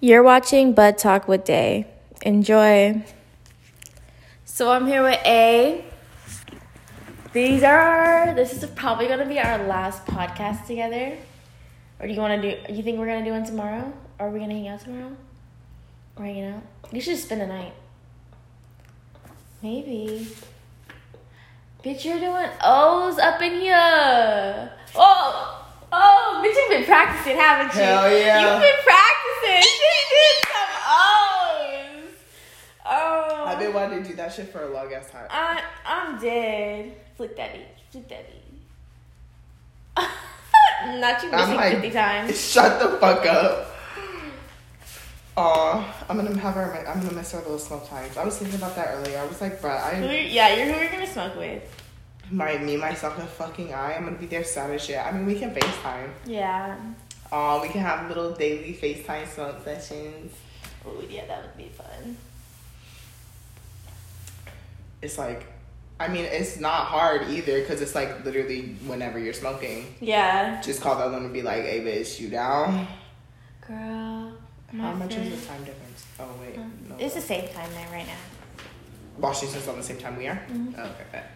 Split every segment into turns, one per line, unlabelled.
You're watching Bud Talk with Day. Enjoy. So I'm here with A. These are this is probably gonna be our last podcast together. Or do you wanna do you think we're gonna do one tomorrow? Or are we gonna hang out tomorrow? Or hanging out? You should spend the night. Maybe. Bitch, you're doing O's up in here. Oh, oh, bitch, you've been practicing, haven't you?
Hell yeah.
You've been practicing. She did some O's. Oh.
I've been wanting to do that shit for a long ass time.
I, I'm dead. Flick that beat. Flick that beat. Not you missing 50 times.
shut the fuck up. Aw, I'm gonna have her. I'm gonna miss her little smoke times. I was thinking about that earlier. I was like, bruh,
Who,
I
yeah, you're who we're gonna smoke with.
my me myself and fucking I. I'm gonna be there sad as shit. I mean, we can Facetime.
Yeah.
Aw, we can have little daily Facetime smoke sessions.
Ooh, yeah, that would be fun.
It's like, I mean, it's not hard either because it's like literally whenever you're smoking,
Yeah.
just call the other one and be like, "Hey, bitch, you down?"
Girl. My
How much
friend-
is the time difference? Oh wait, no.
It's the same time there right now.
Washington's on the same time we are.
Mhm.
Oh, okay. bet.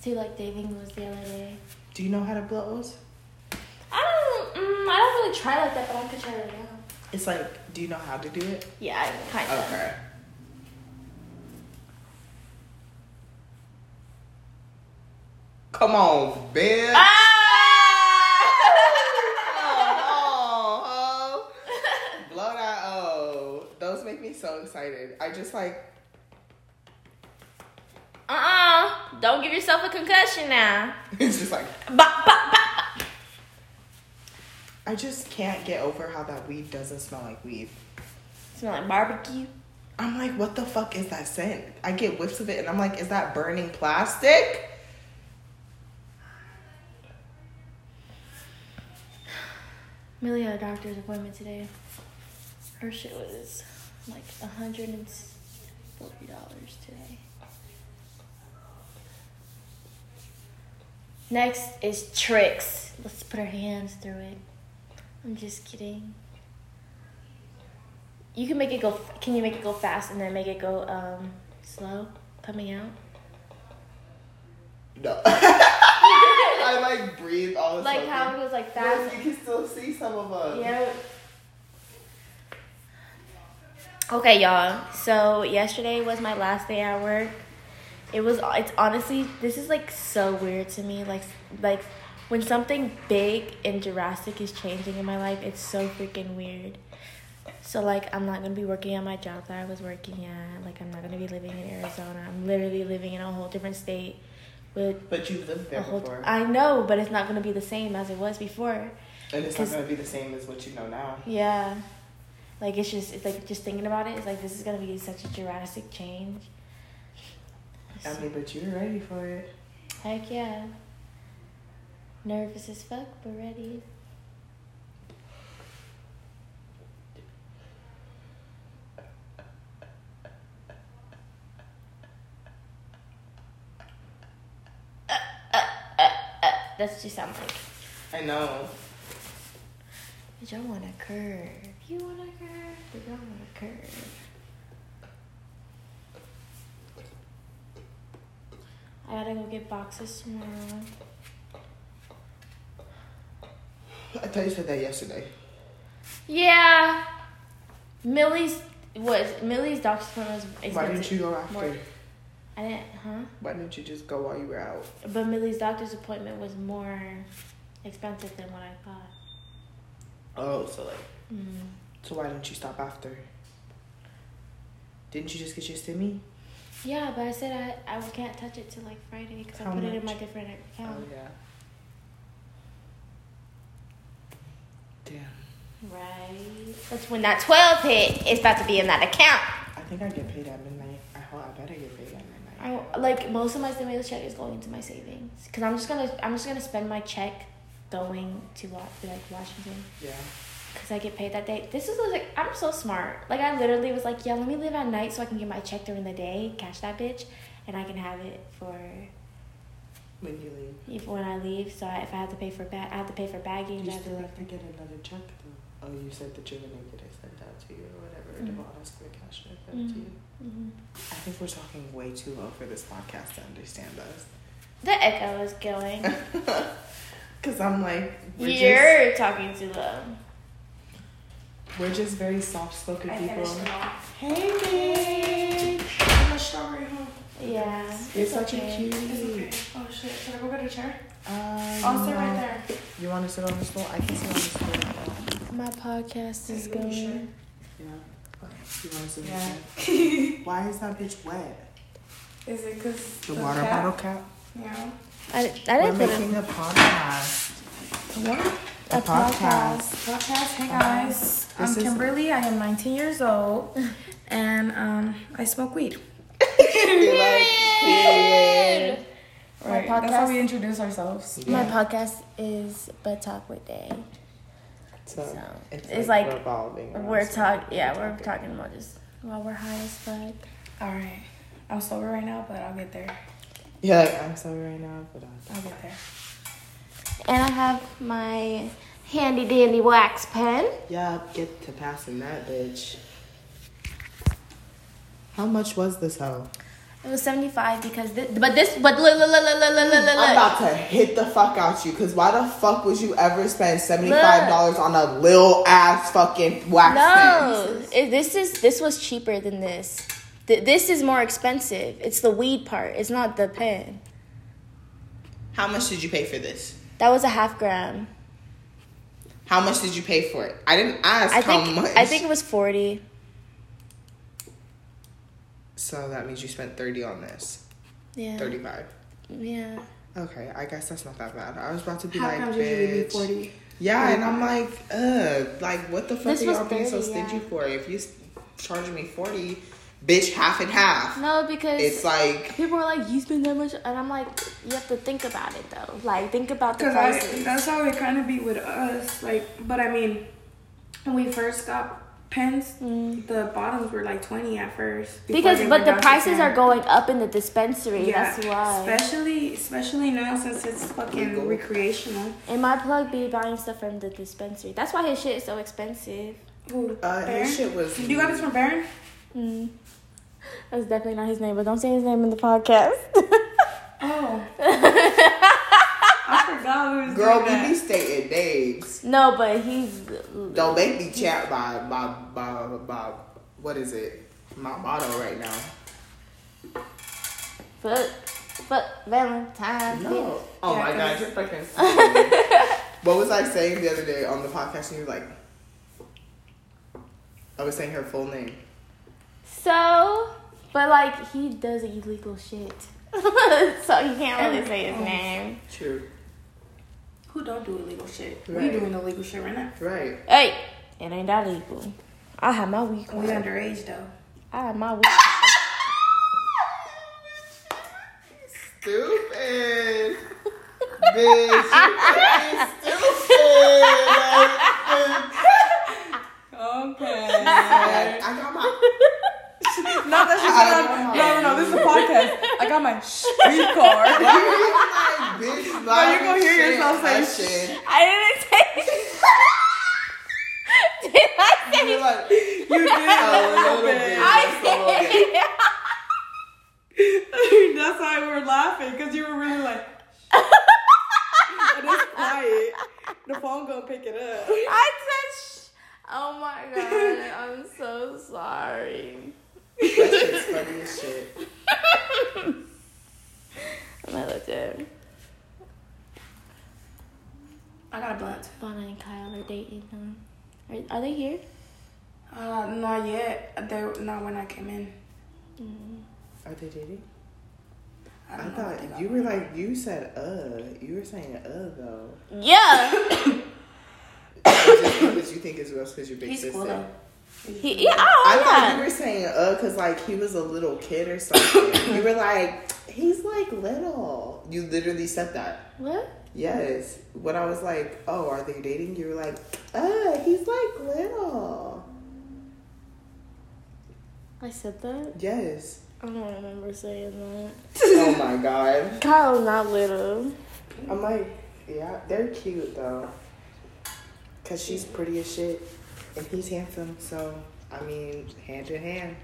See, like David was the other day.
Do you know how to blow O's?
I don't. Mm, I don't really try like that, but I could try right now.
It's like, do you know how to do it?
Yeah, I kind of.
Okay. Come on, bitch.
Ah!
Oh, oh. Blow that O. Those make me so excited. I just like,
Uh-uh. Don't give yourself a concussion now.
it's just like,
Bop, bop, bop.
I just can't get over how that weed doesn't smell like weed.
Smell like barbecue.
I'm like, what the fuck is that scent? I get whiffs of it and I'm like, is that burning plastic?
Millie had a doctor's appointment today. Her shit was like a hundred and forty dollars today. Next is tricks. Let's put our hands through it. I'm just kidding. You can make it go. Can you make it go fast and then make it go um, slow coming out?
No. I like breathe all the
Like
time.
how it was like
Yes,
fast.
you can still see some of them.
Yeah. Okay, y'all. So yesterday was my last day at work. It was. It's honestly, this is like so weird to me. Like, like when something big and drastic is changing in my life, it's so freaking weird. So like, I'm not gonna be working at my job that I was working at. Like, I'm not gonna be living in Arizona. I'm literally living in a whole different state with
But you've lived
a
there
whole.
before.
I know, but it's not gonna be the same as it was before.
and it's not
'cause-
gonna be the same as what you know now.
Yeah. Like it's just it's like just thinking about it, it's like this is gonna be such a drastic change.
I mean, but you're ready for it.
Heck yeah. Nervous as fuck, but ready. Uh, uh, uh, uh. That's what you sound like.
I know.
Bitch, I want a curve. You want a curve? Bitch, I want a curve. I gotta go get boxes tomorrow.
I thought you said that yesterday.
Yeah. Millie's was Millie's doctor's appointment was expensive.
Why didn't you go after?
More- I didn't, huh?
Why didn't you just go while you were out?
But Millie's doctor's appointment was more expensive than what I thought.
Oh, so like,
Mm.
so why didn't you stop after? Didn't you just get your stimmy?
Yeah, but I said I, I can't touch it till like Friday because I
How
put it in my
much?
different account.
Oh, yeah. Damn.
Right. That's when that 12 hit is about to be in that account.
I think I get paid at midnight. I hope I better get paid at midnight.
I, like most of my stimulus check is going into my savings because I'm just gonna I'm just gonna spend my check going to Wa- like Washington
Yeah.
because I get paid that day. This is like I'm so smart. Like I literally was like, yeah, let me live at night so I can get my check during the day, cash that bitch, and I can have it for
When you leave.
if when I leave. So I, if I have to pay for bag, I have to pay for baggage. I
You
have to
still
pay
have to get another check though. oh, you said that you were naked. I said that to you, or whatever.
Mm-hmm.
Mhm.
Devon asked for cash. I said that to
Mhm.
you. I think we're talking way too low for this podcast to understand us.
The echo is going.
Cause I'm like, we're just
You're talking too low.
we're just very soft spoken
I
people.
finished it all.
Hey, babe.
How much strawberry home?
Yeah.
You're such
okay.
a
It's okay.
cutie.
Oh shit, should I go get a chair?
Um,
I'll sit right there.
You want to sit on the stool? I can sit on the stool.
My podcast is
Are you sure?
going.
Yeah. You want to sit
Yeah.
on the stool? Why is that bitch wet?
Is it because
The water
cat?
bottle cap.
Yeah.
I, I
We're
didn't put it.
making a podcast.
What?
A,
A podcast.
podcast.
Podcast. Hey guys, Um, I'm
This is-
Kimberly. I am 19 years old, and um, I smoke weed.
You're like, period.
My
That's how we
podcast.
introduce ourselves.
My
Yeah.
podcast is But Talk with Day.
So
So,
it's,
it's
like,
like,
revolving. around
We're
something.
talking. Yeah, we're talking about just while we're high as fuck.
All right. I'm sober right now, but I'll get there.
Yeah, like, I'm sorry right now, but uh, I'm
I'll get there.
And I have my handy dandy wax pen.
yeah, get to passing that bitch. How much was this hoe?
It was seventy five because this, but this, but look, look, look, look, look, look, look, look.
I'm about to hit the fuck out you, cause why the fuck would you ever spend seventy five dollars on a lil ass fucking wax
No,
pen?
it, this is this was cheaper than this. Th- this is more expensive. It's the weed part. It's not the pen.
How much did you pay for this?
That was a half gram.
How much did you pay for it? I didn't ask
I
how
think
much.
I think it was forty.
so. That means you spent thirty on this.
Yeah.
Thirty five.
Yeah.
Okay, I guess that's not that bad. I was about to be
How
like,
come
bitch.
did you be 40?
Yeah, and I'm like, ugh, like what the fuck
This
are
was
y'all being so
30, yeah.
stingy for? If you s- charging me forty, bitch, half and half.
No, because
It's like
people are like, you spend that much, and I'm like, you have to think about it though. Like, think about the
Cause I,
prices.
that's how it kind of be with us. Like, but I mean, when we first got pens, the bottoms were like 20 at first. before
Mm. because,
they
but
went
the
down to
prices
10.
are going up in the dispensary. That's why.
Especially, especially now since it's fucking
Legal.
recreational.
And my plug be buying stuff from the dispensary. That's why his shit is so expensive.
Ooh,
uh,
Baron?
his shit was.
You got this from Baron?
Mm. That's definitely not his name, but don't say his name in the podcast.
Oh. I forgot we was
Girl,
doing
we be
that.
stating names.
no, but he's
Don't make me chat by by by by what is it? My motto right now.
but but Valentine.
No. Oh
Yeah,
my god,
'cause-
you're fucking. stupid. what was I saying the other day on the podcast? And you were like, I was saying her full name.
So, but like he does illegal shit, so you can't really say his name.
True.
Who don't do illegal shit?
Right.
We doing illegal shit right now.
Right.
Hey, it ain't that legal. I have my week.
We
one.
underage though.
I have my week.
Stupid. Bitch, you stupid.
Okay.
Like, I got my.
Not that
I
she's not.
don't
No, no, no. This is a podcast. I got my street card.
Like, bitch, like,
you gonna hear
shit,
yourself
that
say,
shit.
I didn't say. Did I say?
You're like,
You did.
oh, little bitch.
I
That's all.
did.
That's why we were laughing because you were really like. and it's quiet. The phone gonna pick it up.
I touched. Oh my god, I'm so sorry.
That shit's funny as shit.
I'm gonna look good.
I got a blunt.
Bonna and Kyle are dating. Huh? Are, are they here?
Uh, not yet. They not when I came in.
Are they dating?
I,
I
don't know what they
thought
got.
you were like, you said, uh. You were saying, uh, though.
Yeah.
Just because you think it's rough because you're big
He's
sister.
cool though.
he, yeah. Oh
I thought you
yeah.
were saying uh because like he was a little kid or something. you were like, he's like little. You literally said that.
What?
Yes. When I was like, oh, are they dating? You were like, uh, he's like little.
I said that.
Yes.
I don't remember saying that.
oh my god.
Kyle's not little.
I'm like, yeah, they're cute though. Cause she's pretty as shit, and he's handsome. So I mean, hand in hand.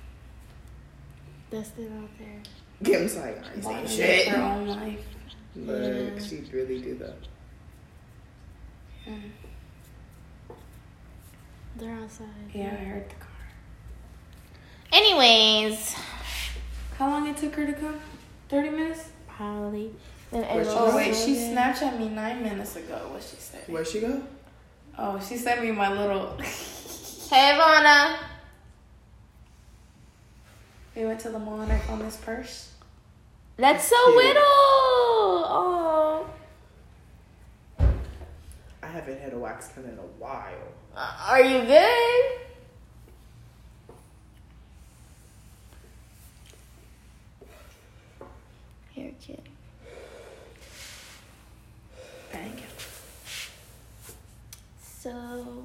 Dustin out there.
Kim's like, I ain't saying shit.
Bottom of her own life.
Look,
Yeah.
she really do though.
They're outside.
Yeah, I heard the car.
Anyways,
How long it took her to come? 30 minutes?
Holly. Then
Where's
Emma
she
Oh,
was
wait, she
over.
Snapchat me nine minutes ago. What she said?
Where she go?
Oh, she sent me my little.
Hey, Ivana.
we went to the mall and I found this purse.
That's so
Cute.
little. Oh.
I haven't had a wax gun in a while.
Uh, Are you good? Here, kid.
Bang it.
So.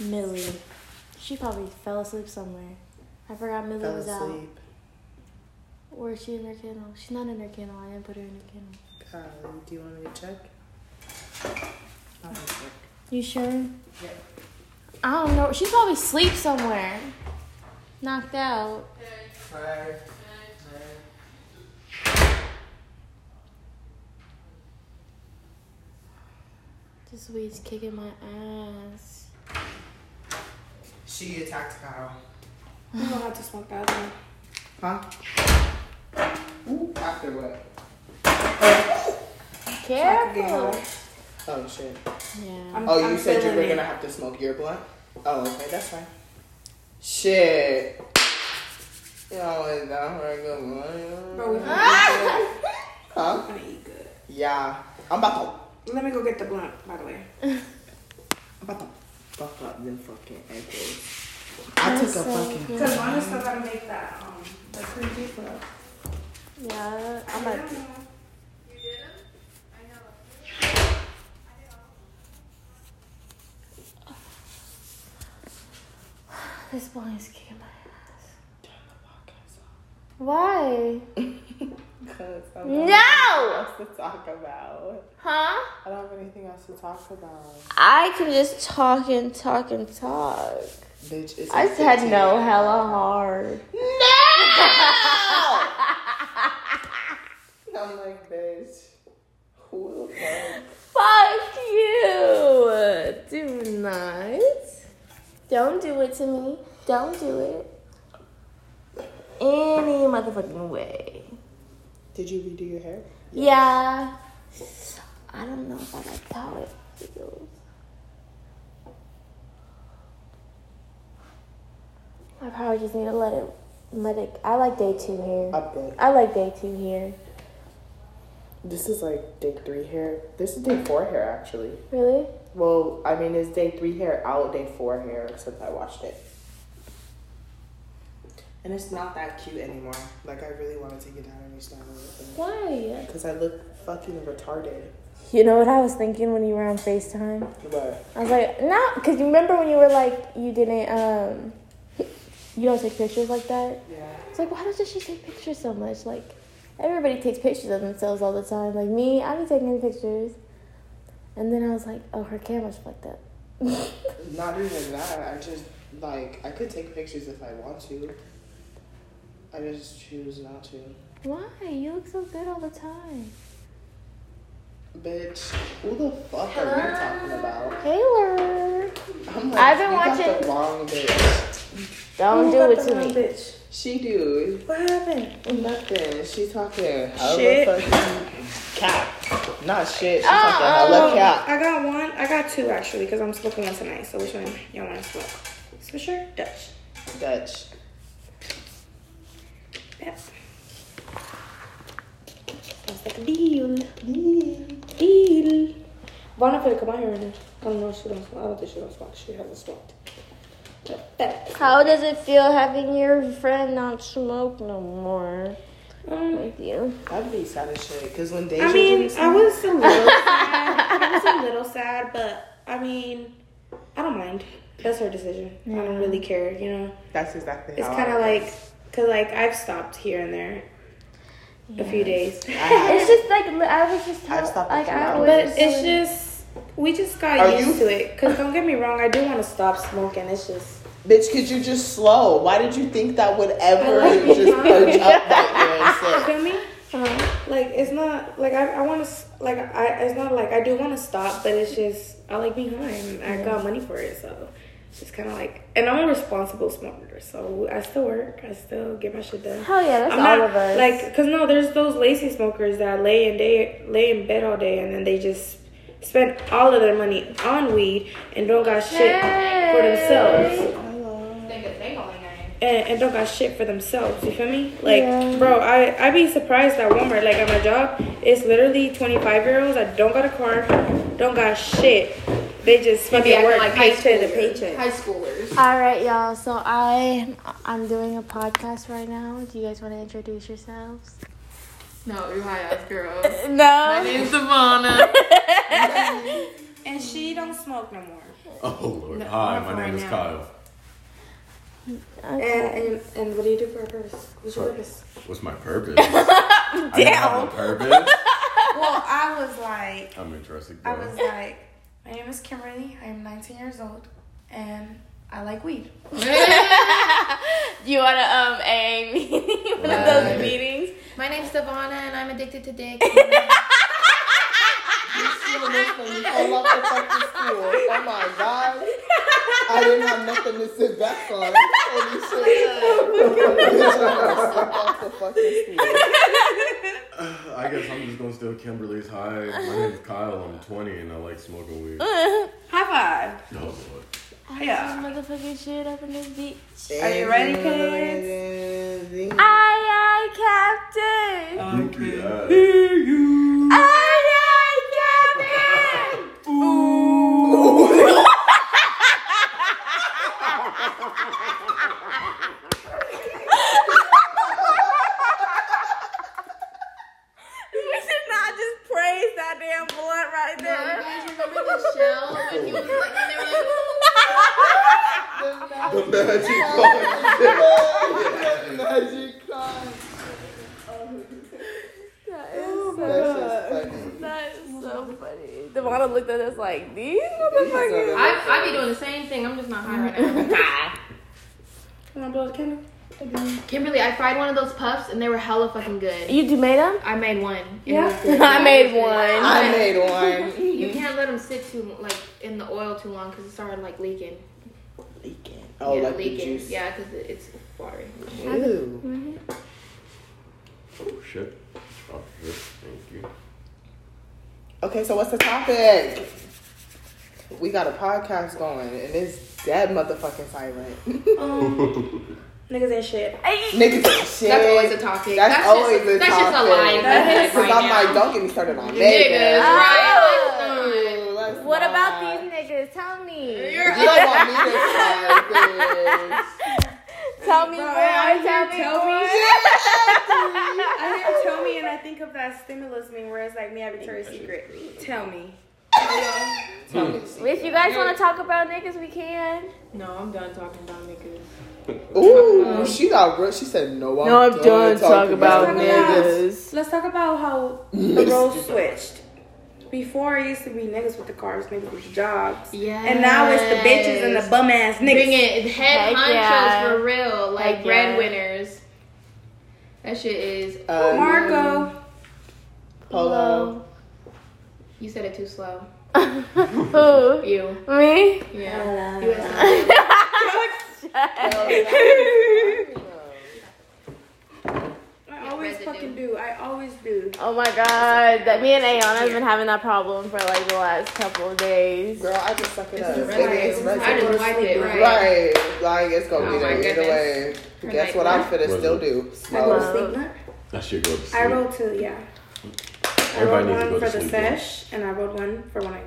Millie. She probably fell asleep somewhere. I forgot Millie
Fell
was out.
asleep.
Or is she in her kennel? She's not in her kennel. I didn't put her in her kennel.
Golly, do you want me to check? I'll just check.
You sure? I don't know. She's probably asleep somewhere. Knocked out. This weed's kicking my ass.
She attacked Kyle.
We don't have to smoke that one.
Huh? Ooh, after what?
Careful.
Oh shit.
Yeah.
I'm-
Oh, you
I'm
said you
feeling
were
it.
gonna have to smoke your blunt? Oh, okay, that's fine. Shit. Yo, is that for a good one?
Bro, we gonna,
Ah! Huh?
eat good. we gonna eat good.
Yeah. I'm about to
Let me go get the blunt, by the way.
I'm about to fuck up them fucking echoes. I took a
so
fucking
good.
Because Mama's still gotta make that, um, the cream beef roll.
Yeah. I'm like, this blunt is kicking my ass. Why?
Because I don't have
No!
else to talk about.
Huh?
I don't have anything else to talk about.
I can just talk and talk and talk.
Bitch, it's
I
like
said
15.
no hella hard.
I'm like, bitch. Who the fuck?
Fuck you! Do not. Don't do it to me. Don't do it. Any motherfucking way.
Did you redo your hair?
Yeah. I don't know if I like how it feels. I probably just need to let it let it I like day two hair.
I bet.
I like day two hair.
This is like day three hair. This is day four hair, actually.
Really?
Well, I mean, it's day three hair out, day four hair since I watched it. And it's not that cute anymore. Like, I really wanted to get down and restyle it.
Why?
Because I look fucking retarded.
You know what I was thinking when you were on FaceTime?
But
I was like, no, because you remember when you were like, you didn't, um, you don't take pictures like that.
yeah.
It's like, why does she take pictures so much? Like, everybody takes pictures of themselves all the time. Like me, I be taking pictures. And then I was like, oh, her camera's fucked up.
Not even that. I just like I could take pictures if I want to. I just choose not to.
Why? You look so good all the time.
Bitch, who the fuck are you talking about?
Taylor,
I'm like,
I've been
you Got
watching-
the wrong bitch.
don't
Oh,
do it to me.
Bitch.
She do
What happened?
nothing. She talking
Shit.
hella fucking cap. Not shit. She talking
Oh.
Uh-uh.
hella cap.
I got one. I got two actually, because I'm smoking one tonight. So which one y'all want to smoke? Swisher, Dutch,
Dutch.
Pep. Sounds like a deal. Deal. Deal. Vanna could come out here right now. I don't know. She don't smoke. I don't think she don't smoke. She hasn't smoked. But Pep.
How does it feel having your friend not smoke no more
Um,
with you?
I'd be sad as shit. Cause when Deja
I mean,
didn't
I was a little sad. I was a little sad, but I mean, I don't mind. That's her decision. I don't really care. You know,
that's exactly
it's
how
kind
I
of like, cause like I've stopped here and there. a few days.
I-
It's just like li- I was just
I
tell-
stopped
like
at
I
two
always
But
was
it's
telling-
just we just got
Are
used
you-
to it. Cause don't get me wrong, I do want to stop smoking. It's just
Bitch, cause you just slow. Why did you think that would ever
I like
just perch up that you're
you
sick?
feel me. Like it's not like I, I want to like I it's not like I do want to stop, but it's just I like being high. And I got money for it, so it's just kind of like. And I'm a responsible smoker, so I still work. I still get my shit done.
hell yeah, that's
I'm
all
not
of us.
like, cause no, there's those lazy smokers that lay in day, lay in bed all day, and then they just spend all of their money on weed and don't got shit for themselves, and, and don't got shit for themselves. You feel me? Like,
Yeah.
bro, I I be surprised at Walmart. Like at my job, it's literally 25 year olds that don't got a car, don't got shit. They just fucking work paycheck to paycheck.
High schoolers.
all right, y'all. So I I'm doing a podcast right now. Do you guys want to introduce yourselves?
No, you high up girl. My
No.
name's Savannah.
And she don't smoke no more.
Oh Lord. Hi, my name is Kyle.
And, and and what do you do for a purpose? What's your
Sorry.
purpose?
What's my purpose? I don't have a purpose.
Well, I was like,
I'm interested.
I
though.
was like, my name is Kimberly. I am 19 years old, and I like weed.
you want to um AA meeting? One of
Right.
those meetings?
My name's Savannah, and I'm addicted to dick.
I love the fucking school. Oh my god. I didn't have nothing to sit back on. Holy
Oh
shit. Bitch, I gotta step off the fucking school.
I guess I'm just gonna steal Kimberly's high. My name's Kyle. I'm 20 and I like smoking weed. Oh
High
Lord.
five. Yeah.
Motherfucking shit up in this beat.
Are you ready, kids?
Aye, aye, Captain.
Okay.
We should not just praise that damn blunt right
You guys remember the shell when he was like, when they were like,
The magic wand.
Magic con. That's just funny.
That is so funny. Devana looked at us like, these
These are
motherfuckers.
the-
I, I be doing the same thing. I'm just not high right now.
Can I blow the candle?
Kimberly, I fried one of those puffs, and they were hella fucking good.
You do made them?
I made one. It
Yeah.
was good.
I made one.
I made one.
You can't let them sit too like in the oil too long because it started like leaking.
Leaking. Oh,
yeah,
like
leaking.
the juice.
Yeah, because it, it's watery.
Ooh.
Oh shit. Oh shit. Thank you.
Okay, so what's the topic? We got a podcast going, and it's dead motherfucking silent.
Oh.
Niggas ain't shit.
Niggas ain't shit.
That's always a topic.
That's,
That's
always
just-
a
that's just a
topic.
lie. That is
Because
right
I'm
now.
like, don't get me started on
Niggas,
niggas.
right?
Ooh, let's
What
not.
about these niggas? Tell me.
You're
You don't want me to try
Tell me
Bro,
where.
I hear
tell me
tell me.
where.
I hear tell me, and I think of that stimulus meme where it's like me at Victoria's Secret. Tell me.
this.
If you guys want to talk about niggas, we can.
No, I'm done talking about niggas.
Ooh, she got real. She said, no, I'm, done, talking
Oh,
about,
about
niggas.
Let's talk about how the roles switched. Before it used to be niggas with the cars, niggas with the jobs.
Yeah.
And now it's the bitches and the bum ass niggas.
Bring it
Heck
head honchos
yeah.
for real, like
Heck yeah.
breadwinners. That shit is.
Uh,
Marco.
Polo.
You said it too slow.
Who?
You.
Me?
Yeah. You was-
I always fucking do. I always do.
Oh my god. That me and Ayana have been having that problem for like the last couple of days.
Girl, I just suck it up.
is
It is
red. I
resin.
just wipe it right.
Right, like it's gonna be
Oh
there
my
either way.
Her
Guess what I'm finna
nightmare.
still do?
I go
Smoke.
to sleep.
That shit goes. to
I
sleep.
wrote two, yeah. I wrote
Everybody needs to
one
go
for
to
the
sleep.
sesh, and I wrote one for when I.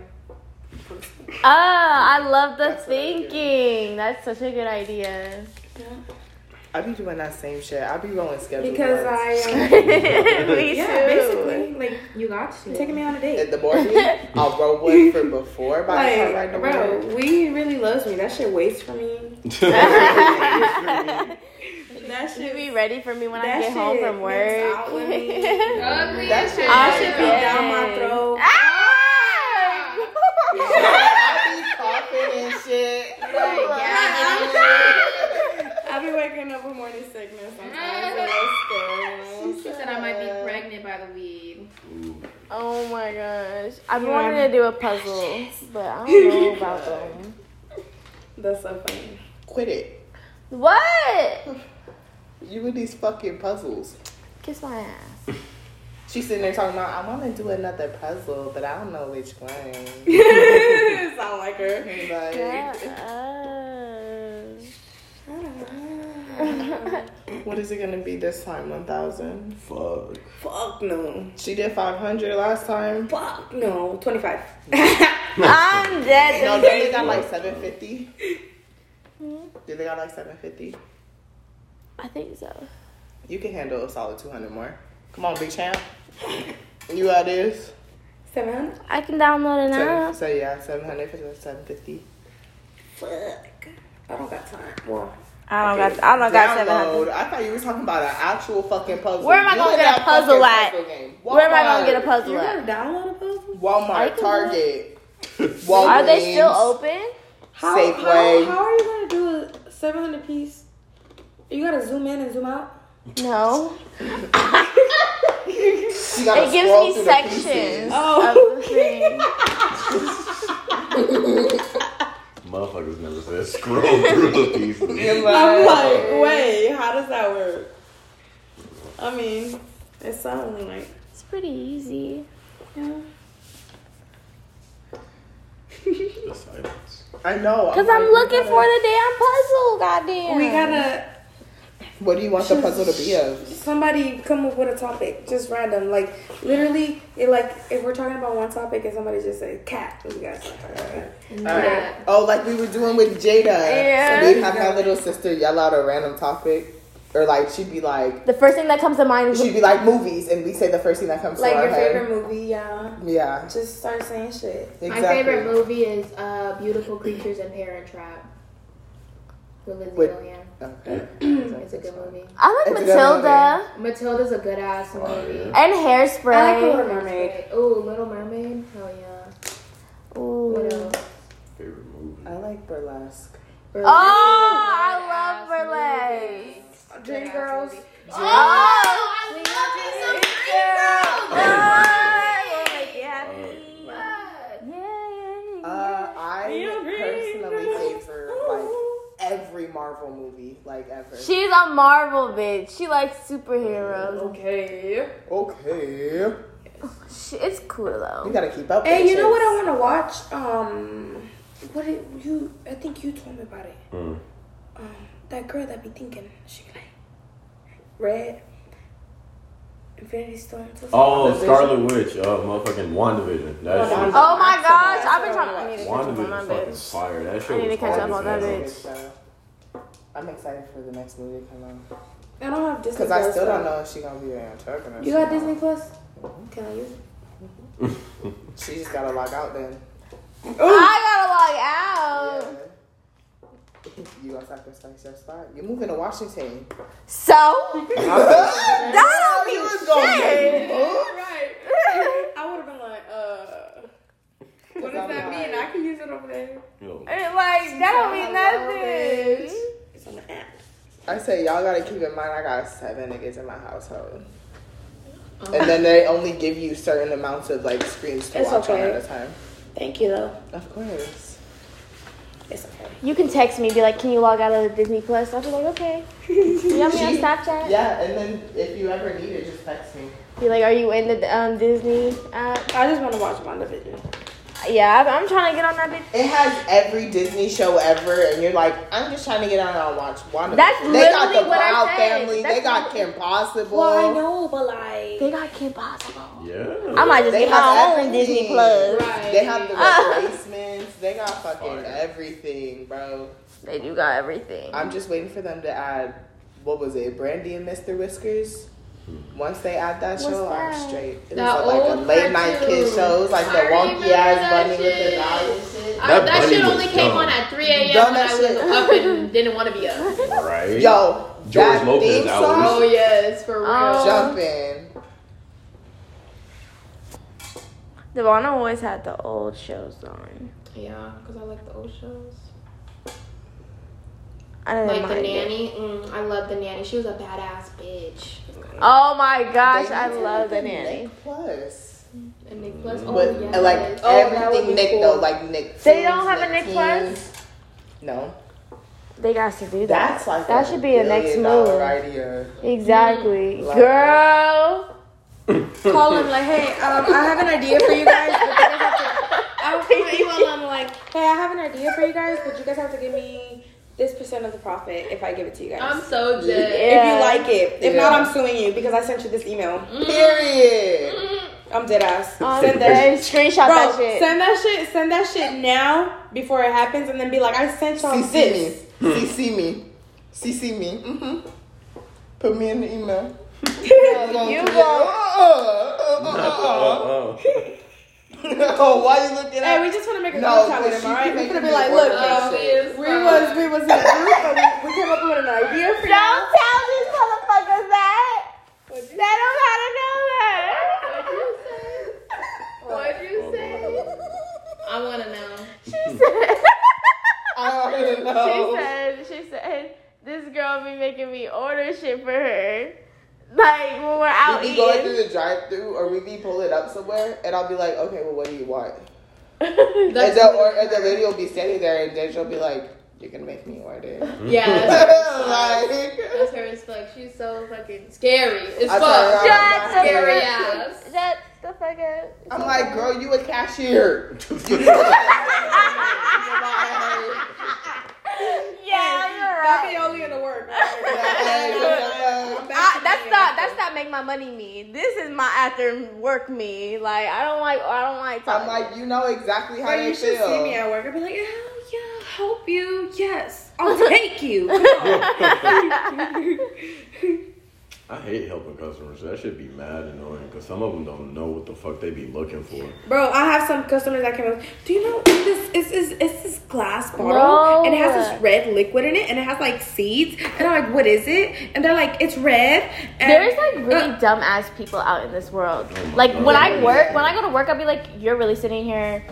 Oh, I love the
That's what I do.
thinking. That's such a good idea.
I be doing that same shit. I be rolling schedules.
Because
like,
I. Um,
me
yeah,
too.
basically. Like,
You got to.
taking me on a
at
date.
the board meeting, I'll roll one for before. By the time I
Like,
know
bro,
where-
we really loves me. That shit waits for me.
though.
That
You
shit
be ready for me when I get home from
Out with
work.
me.
Ugly
That
as
shit-
shit.
I
I
should
should
be
be
down my throat.
Ah!
I be coughing and shit.
I'll be waking up with morning sickness sometimes. so that's scary.
She said I might be pregnant by the weed.
Ooh.
Oh my gosh. I've been
Yeah.
wanting to do a puzzle, but I don't know about them.
That's so funny.
Quit it.
What?
You with these fucking puzzles.
Kiss my ass.
She's sitting there talking about, I want to do another puzzle, but I don't know which one.
Sound like her.
Like,
Yeah.
what is it going to be this time? 1,000?
Fuck.
Fuck no.
She did 500 last time.
Fuck no. 25.
I'm
No,
dead.
then they got like 750. Did they got like 750?
I think so.
You can handle a solid 200 more. Come on, big champ. You got this.
700?
I can download an
So,
app.
so yeah, 700 for 750.
Fuck. I don't got time. Well,
I don't got. I don't got seven
Download.
hundred.
I thought you were talking about an actual fucking puzzle.
Where am I
You
gonna
in
get a
that
puzzle
fucking
at?
puzzle game.
Where am I gonna
Walmart.
get a puzzle
you're
at?
gonna download a puzzle?
I
Walmart,
can-
Target, Walgreens,
Are they still open?
Safeway.
How, how are you gonna do a 700 piece? You gotta zoom in and zoom out?
No.
You gotta
It gives
scroll
me
through the
sections
pieces.
of the thing.
Motherfuckers never said scroll through the pieces.
You're like,
like, wait, how does that work? I mean, it sounds like.
It's pretty easy.
The silence.
I know.
Cause
like,
I'm looking for the damn puzzle. Goddamn.
We gotta
What do you want the puzzle to be of?
somebody come up with a topic, just random. Like literally, it, like if we're talking about one topic and somebody just say cat, we guys.
All right. Oh, like we were doing with Jada.
Yeah.
So we have my little sister yell out a random topic, or like she'd be like,
The first thing that comes to mind is
she'd be like movies, and we say the first thing that comes
Like
to our
your
head.
favorite movie, yeah.
Yeah,
Just start saying shit.
exactly.
My favorite movie is uh, Beautiful Creatures and Parent Trap. With Lizzie
With-
Gillian.
Okay.
It's a good movie.
I like
It's a good
Matilda
Matilda's a good ass movie.
Oh, yeah.
and
I like
Hairspray.
Little Mermaid.
Oh, Little Mermaid. Hell yeah. What
Ooh.
else?
Favorite movie.
I like burlesque.
Burlesque is a
Oh, I love
good-ass
burlesque.
movie.
Dream
Good-ass
Girls.
movie.
Oh, I love
Oh,
Uh, I personally favor like every Marvel movie, like ever.
She's a Marvel bitch. She likes superheroes.
Okay.
Okay.
She, it's cool
You
though.
gotta keep up.
Hey, you know what
bitches.
I want to watch? Um, what it, you? I think you told me about it.
Mm.
Um, that girl that be thinking she be like red. Infinity Stone.
Oh, Scarlet Witch. Uh, motherfucking WandaVision. That shit.
Oh my gosh, I've been trying. I need to catch up on
WandaVision
my
is fucking
bitch.
fire. That shit
I need
was
to catch up on
hard as
that
hell.
bitch.
So, I'm excited for the next movie to come out
I don't have Disney.
because I
Plus,
still
though.
don't know if she's gonna be an antagonist.
You got Disney Plus? Can I use it?
She just gotta log out then.
Oh.
I
Um,
gotta log out.
Yeah. You gonna sacrifice your spot? You're moving to Washington.
So that
you was gonna get moved?
Right. I would have been like, uh. What does that mean? I can use it over there.
Yo,
like that don't mean nothing.
It's on the app.
I say y'all gotta keep in mind I got seven niggas in my household. And then they only give you certain amounts of like screens to
Oh. It's
watch
okay.
on at a time.
Thank you though.
Of course.
It's okay.
You can text me, be like, "Can you log out of the Disney Plus?" I'll be like, "Okay." You got me on
She-
Snapchat.
Yeah, and then if you ever need it, just text me.
Be like, "Are you in the um, Disney app?"
I just want to watch WandaVision.
Yeah, I'm, I'm trying to get on that bitch.
It has every Disney show ever, and you're like, I'm just trying to get out and watch WandaVision.
That's
they got
literally
the
what I
Proud
said.
Family. they
That's
got Kim Possible.
Well, I know, but like,
They got Kim Possible.
Yeah.
I might just
They
get
have
my own
everything.
Disney Plus.
Right.
They have the
Ah.
replacements. They got fucking
Fire.
everything, bro.
They do got everything.
I'm just waiting for them to add what was it, Brandy and Mr. Whiskers. Once they add that show, I'm
that?
straight. It was
That
like a
old
late night kid
cartoon.
shows, like the
I
wonky
remember
ass
that
bunny with the
shit.
dog and shit.
I,
That
that
bunny
shit
was
only came
dumb.
on at 3 a.m.
Dumb
when
as
I was
shit.
up and didn't want to be up.
Right.
Yo, That
George Lopez
theme song?
albums.
Oh yes, for real.
Oh.
Jumping.
Devon always had the old shows on.
Yeah, because I like the old shows.
I didn't
Like the
mind it.
nanny. Mm, I love the nanny. She was a badass bitch.
Oh my gosh, I
They
love the
did
nanny.
Nick Plus.
And Nick Plus. Oh,
But
yes.
and, like
Oh, that would be
everything Nick
cool.
though, like Nick.
They don't have a Nick
Plus. No,
They got to do that.
that's like
That should be a next
billion dollar
move.
idea.
Exactly.
Mm.
Girl.
Call him like, hey, um, I have an idea for you guys. But you guys have to, I would call Elon. I'm like, hey, I have an idea for you guys, but you guys have to give me this percent of the profit if I give it to you guys.
I'm so dead.
if
Yeah.
you like it. If
Yeah.
not, I'm suing you because I sent you this email.
Mm-hmm.
Period.
I'm dead ass.
Um,
send that.
and screenshot
Bro,
that shit.
send that shit. Send that shit now before it happens, and then be like, I
Mm-hmm.
sent y'all
CC
this.
me. CC me. CC me. Mm-hmm. Put me in the email.
you
Uh,
go.
uh, uh, uh, uh.
Oh,
Oh, why you looking
Hey,
at
we
me?
just want to make a
No,
group chat
but
with him,
she
all right?
keep
We're gonna be
making
like,
me
look,
work
y'all,
on
we
shit.
was we was in a group and we came up with an idea for y'all.
Don't tell these motherfuckers that. They don't gotta know that.
What'd you say? What'd you say? I wanna know.
I don't
She
know.
said, she said, this girl be making me order shit for her. Like when we're out
We be going
eating.
through the drive-through, or we be pulling up somewhere, and I'll be like, okay, well, what do you want? and the, or, and the lady will be standing there, and then she'll be like, you're gonna make me order.
Yeah, that's,
like,
that's her as fuck. She's so fucking scary. It's
I tell
fuck.
her,
Shut the
Scary
fuck up.
ass.
Shut the fuck up.
I'm like, girl, you a cashier. You-
Yeah, you're
That
right.
be only gonna work.
I, that's not that's not make my money me. This is my after work me. Like I don't like I don't like
I'm
talking.
like, you know exactly how
Or
they
you should
feel.
see me at work. I'd be like, hell yeah, help you. Yes, I'll take you.
I hate helping customers. That should be mad annoying because some of them don't know what the fuck they be looking for.
Bro, I have some customers that came up. Do you know this is is it's this glass bottle and it has this red liquid in it and it has like seeds and I'm like, what is it? And they're like, it's red. And Uh,
There's like really dumb ass people out in this world. Like when I work, when I go to work, I'll be like, "You're really sitting here,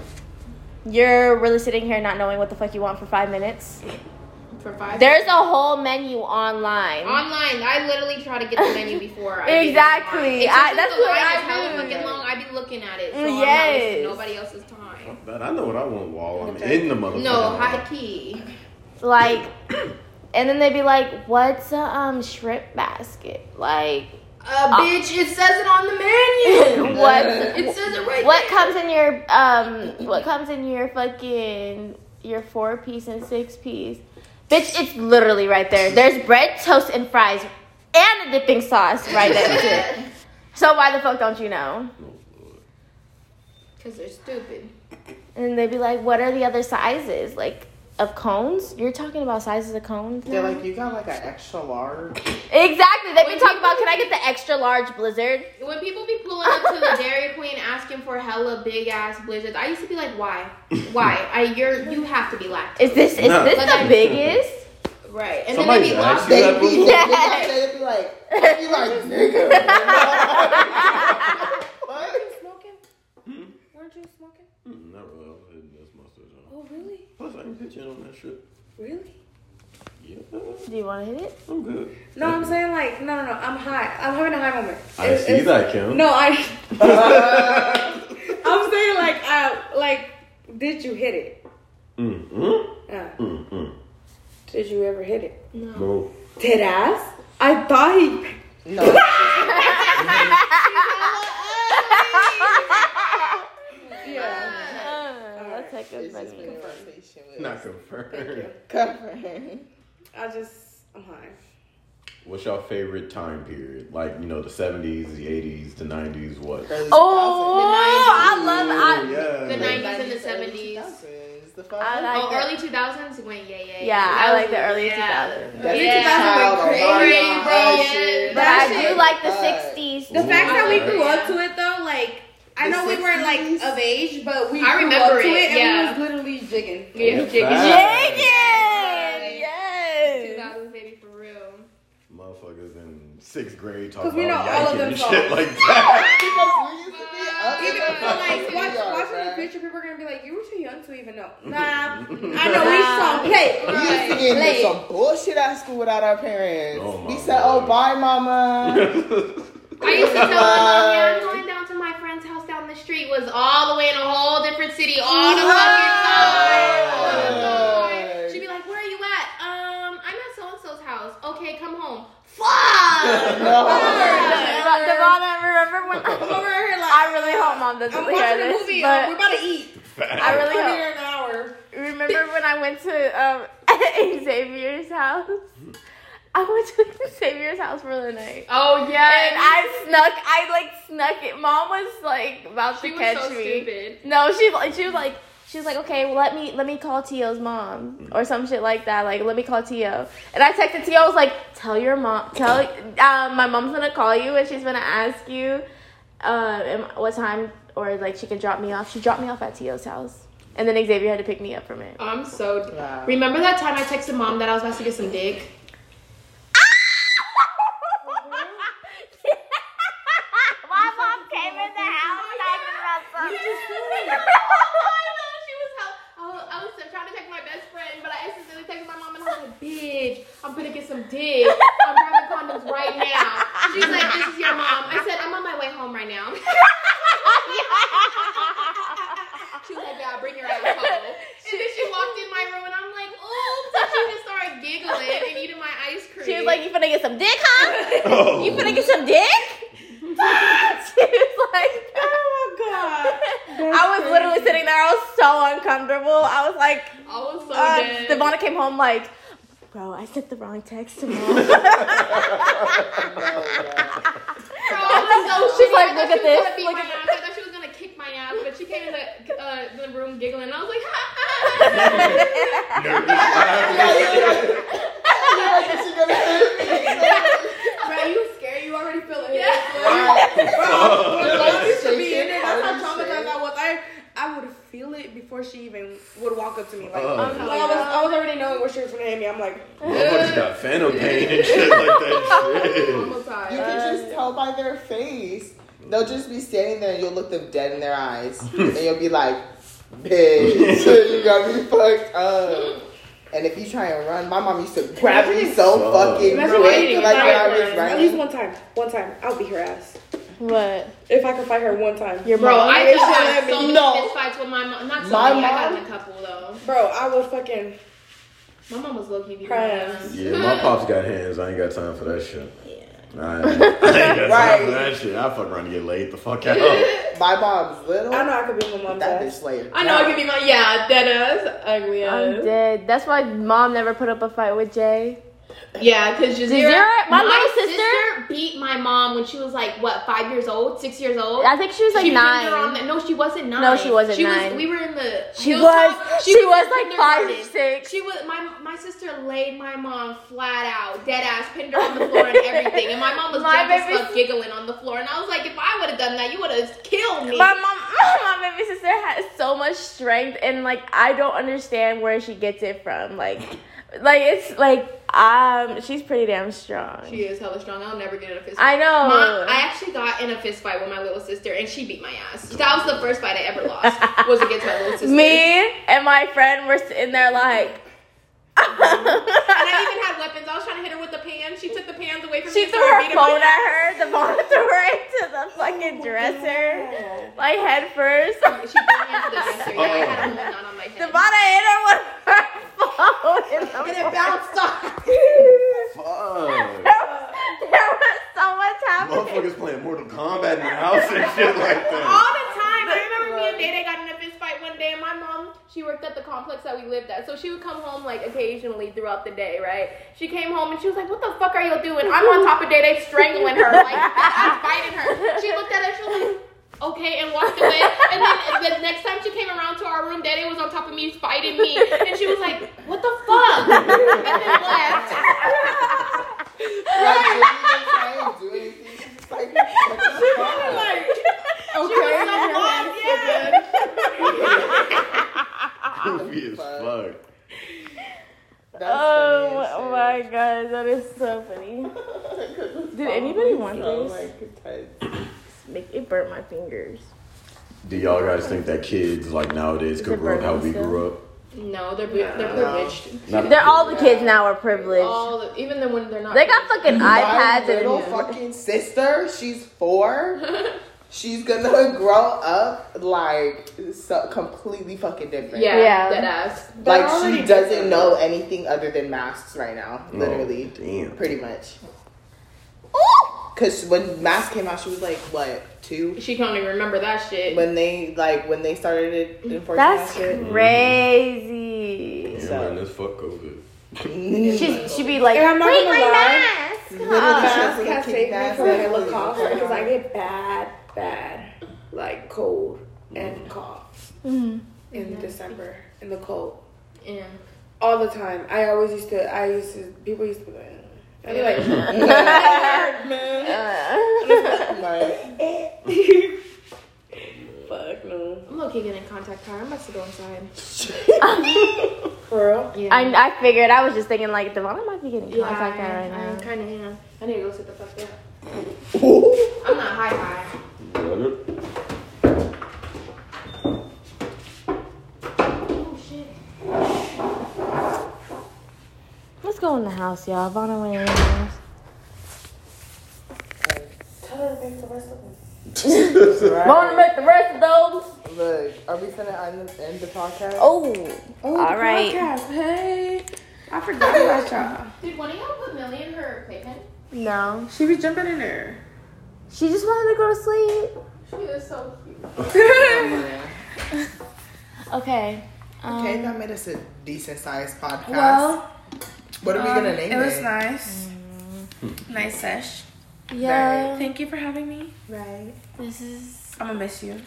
you're really sitting here, not knowing what the fuck you want for five minutes."
For five.
There's a whole menu online.
Online, I literally try to get the menu before. I get
Exactly.
online. It's
I-
just
that's
the
what
line
I
is hella
do.
fucking long. I be looking at it, so
Mm,
I'm not
yes.
wasting nobody else's time.
But I know what I want while I'm in the motherfucker.
No, high key.
Like, and then they'd be like, "What's a um shrimp basket?" Like,
Uh, bitch, it says it on the menu.
what
It says it right.
what comes in your um what comes in your fucking your four piece and six piece? Bitch, it's literally right there. There's bread, toast, and fries, and a dipping sauce right next to it. So why the fuck don't you know?
Because they're stupid.
And then they'd be like, "What are the other sizes? Like of cones? You're talking about sizes of cones?
They're
now?
like, you got like an extra large.
exactly. They'd
When
be talking
people-
about, can I get the extra large blizzard?
When people be pulling up to the Dairy Queen asking for hella big ass blizzards, I used to be like, why? Why? I you're you have to be lactose.
Is this is
No.
this
But
the
I-
biggest?
Right. And
Somebody
then they be
asked
lost.
you
They
that
be,
before?
Yes.
they be like, they be like, nigga. What?
Weren't you smoking?
Mm, Hmm? Not really. I was hitting this mustache on.
Oh really?
Plus, I can pitch in on that shit.
Really?
Yeah,
Do you want to hit it?
I'm good.
No, I'm saying like, no, no, no. I'm high. I'm having a high moment.
I
It's-
see
it's-
that, Kim.
No, I. I'm saying like, I like. Did you hit it?
Mm, mm,
Uh,
mm, mm.
did you ever hit it?
No.
Dead ass. I thought he.
No.
Uh,
Oh,
that's like a
It's just
funny.
been a conversation with
Not confirmed.
Confirmed.
I just. I'm high.
What's your favorite time period? Like, you know, the 70s, the 80s, the 90s, what?
Early
Oh,
2000s.
I love I,
yeah.
The 90s. and the
Early
70s.
2000s. The fuck?
I like
Oh,
the-
early 2000s went yeah yeah.
Yeah, I like the early
yeah.
2000s.
That's
Yeah.
child on
Crazy,
Mario
bro.
shit.
But I
That
do
shit
like the
sucks.
60s.
The fact that we
Ooh.
grew up to it though, like I
The
know we were like
60s?
of age, but we
I
grew
remember
up to
it,
it, and
yeah.
we was literally jigging.
Yeah,
Yeah,
yeah.
facts.
Jagged! Yes!
2000s baby for real.
sixth grade talking
'Cause
about
we know all of them
yanking and
songs.
shit like that.
Because we used to be up in
Even
the fucking
like watch,
schoolyard,
watching
bruh.
the picture, people are gonna be like, "You were too young to even know."
Nah.
I know we saw play.
We used to get into
Play.
some bullshit at school without our parents.
Oh, my
we said, "Oh,
God.
bye, mama."
I used to tell my mom, yeah, I'm going down to my friend's house down the street was all the way in a whole different city, all the fucking time. She'd be like, Where are you at? Um, I'm at so and so's house. Okay, come home. Fuck!
Devon, I remember when I,
Come over here, like
I really hope mom doesn't
I'm
hear
watching a
this,
movie.
Oh,
uh, we're
but
about to eat.
I really
We're
hope.
here in an hour.
Remember when I went to um, Xavier's house?
Hmm.
I went to Xavier's house for the night.
Oh,
And
yeah.
I snuck, I like snuck it. Mom was like about
She
to
was
catch
so
me.
stupid.
No, she like she was like she was like okay, well, let me let me call Tio's mom or some shit like that. Like let me call Tio. And I texted Tio. I was like, tell your mom, tell um, my mom's gonna call you and she's gonna ask you uh, am- what time or like she can drop me off. She dropped me off at Tio's house, and then Xavier had to pick me up from it.
I'm so.
Wow.
Remember that time I texted mom that I was about to get some dick?
my mom came in the house talking about
She was help- I was- Oh, I was trying to text my best friend, but I accidentally texted my mom and I was like, bitch, I'm gonna get some dick. I'm grabbing condoms right now. She's like, this is your mom. I said, I'm on my way home right now. she was like, yeah, bring your ass home. And then she walked in my room and I'm like, oops. And she just started giggling and eating my ice cream.
She was like, "You finna get some dick, huh?
Oh.
You finna get some dick?" she was like,
Oh my
I was literally sitting there. I was so uncomfortable. I was like,
I was so
uh,
dead.
Devonna came home like, bro, I sent the wrong text to mom.
Bro, I was so
She's
shitty.
like,
I thought
look at
she was gonna
this,
beat
look
my
at
ass. I thought she was gonna kick my ass, but she came in the, uh, the room giggling, and I was like, ha, ha, ha.
She gonna say,
god, bro, you scared. You already feel it.
Like,
I used to
shake
be in
it,
it. That's how
how you
traumatized
shake.
I was. I I would feel it before she even would walk up to me. Like,
Oh.
like, I was I was already knowing where she was gonna hit me. I'm like,
Motherfuckers got phantom pain and shit like that shit.
Almost died.
You can just tell by their face. They'll just be standing there, and you'll look them dead in their eyes, and you'll be like, "Bitch, you got me fucked up." And if you try and run, my mom used to grab me so fucking
Imagine
quick,
dating
like when I
without
was
at least
running.
one time, one time, I'll beat her ass
what?
if I can fight her one time.
Your
Bro,
mom?
I
You're
just had
telling
me
so many
no.
fist fights with my mom. Not so
My
many, I got
mom?
in a couple though.
Bro, I would fucking.
My mom was low key beating
Cry
my
ass.
ass.
Yeah, my pops got hands. I ain't got time for that shit. I ain't, I ain't got time for that shit. I fuck around and get laid the fuck out.
My mom's little.
I know I could beat my mom's
that
ass.
bitch later.
I know I could be my yeah, dead ass, ugly
I'm
ass.
dead. That's why mom never put up a fight with Jay.
Yeah, cause Jazira,
Jazira- my little sister-
beat my mom when she was like what five years old, six years old.
I think she was like
she pinned
nine.
her on the- no, she wasn't nine.
No, she wasn't
she
nine.
Was, we were in the.
she
hilltop.
was. She, was like five or
kindergarten.
six.
She was my my sister laid my mom flat out, dead ass, pinned her on the floor and everything, and my mom was
My
my
baby-
baby stuff giggling on the floor, and I was like, if I would have done that, you would have killed me.
My mom, my baby sister has so much strength, and like I don't understand where she gets it from. Like, like it's like um, she's pretty damn strong.
she is hella strong. I'll never get in a fist.
I know.
Mom, I actually got in a fist fight with my little sister, and she beat my ass. That was the first fight I ever lost. Was against my little sister.
Me and my friend were sitting there like.
And I even had weapons. I was trying to hit her with the pan. She took the pans away from me.
she
and
threw
started
her
beating my
phone
ass.
at her. The mom threw her into the fucking
Oh,
dresser, like head first.
She threw me into the dresser. Yeah, I had a whole knot on my head.
Devon hit her with her phone. in the
And it bounced off.
Fuck.
There was so much happening.
Motherfuckers playing Mortal Kombat in the house and shit like that.
all the time. I remember me and Dada got in a fist fight one day, and my mom, she worked at the complex that we lived at, so she would come home like occasionally throughout the day, right? She came home and she was like, "What the fuck are you doing?" I'm on top of Dada strangling her, like I'm fighting her. She looked at us, she was like. Okay, and walked away. And then the next time she came around to our room, Daddy was on top of me fighting me, and she was like, "What the fuck?" And then left.
Like, didn't even try and do anything. She's like, "What the fuck?"
Goofy as fuck.
That's
Oh
Oh
funny as shit.
my god, that is so funny. Did anybody want
Oh
this?
my goodness.
Make it burnt my fingers.
Do y'all guys think that kids like nowadays
Is
could
it
grow up how we
bourbon
grew up?
No, they're they're
No.
privileged.
Not-
They're all the kids now are privileged.
All the, even the when they're not.
they got fucking
My
iPads
little
and
fucking sister, she's four. she's gonna grow up like so completely fucking different.
yeah,
Yeah.
dead ass.
Like she doesn't know anything other than masks right now,
No.
literally,
Damn.
pretty much. Cause when masks came out, she was like what two?
She can't even remember that shit.
When they like when they started it in fourteen. and
that's
shit.
crazy.
Yeah, man, this fuck COVID.
She she be like,
And I'm not
wait,
gonna
my
lie.
mask.
Literally, she has
mask
a
has
little kitty
saved me
mask.
from like a little cough because I get bad, bad, like cold and cough in December in the cold
yeah.
all the time. I always used to. I used to. People used to. Be like, I'd be like,
Like,
fuck no.
I'm low key getting contact high. I'm about to go inside.
For real?
Yeah.
I, I figured I was just thinking like Devon might be getting
yeah,
contact that right
I,
now.
kind of am. I need to go sit the fuck down. I'm not high high. Oh shit.
Let's go in the house, y'all. Vonna went in the house. Vonna
right.
make the rest of those.
Look, are we finna end the, end the podcast?
Oh,
Oh,
All
the
right.
Podcast. Hey, I forgot about y'all.
Did one of y'all put Millie in her playpen?
no.
She be jumping in there.
She just wanted to go to sleep.
She is so cute.
Okay. Um,
Okay, that made us a decent sized podcast.
Well,
what are we gonna
um,
name it?
it was nice. Nice sesh.
Yeah.
Thank you for having me.
Right. This is.
I'm gonna miss you.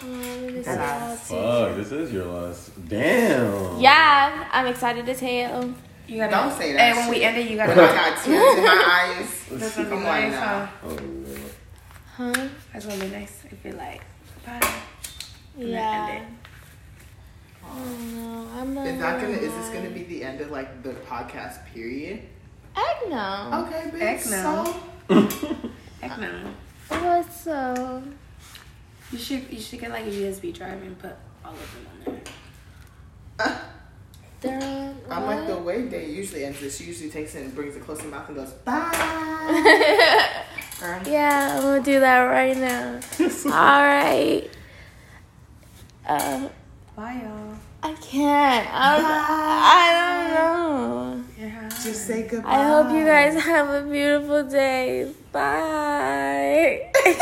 Um, this is
Yes.
Fuck, this is your last. Damn.
yeah, I'm excited to tell.
You gotta
Don't say that
Hey, when we
shit.
end it, you
When I
gotta.
got tears in my eyes.
That's gonna be
Come on
nice.
now.
Huh?
Oh, man.
Huh?
That's gonna be nice if you're like, bye. And then
Yeah.
end
I don't know. I'm not.
Is that gonna? Is this gonna be the end of like the podcast period?
Heck no.
Okay, bitch.
Heck no.
So,
it. Heck no.
What's so?
You should you should get like a USB drive and put all of them on there.
They're on.
I'm like the
what?
way they usually ends it. She usually takes it and brings it close to her mouth and goes bye. Girl.
Yeah, I'm gonna do that right now. All right. Um,
Bye y'all.
I can't. I'm, I don't know.
Yeah.
Just say goodbye.
I hope you guys have a beautiful day. Bye.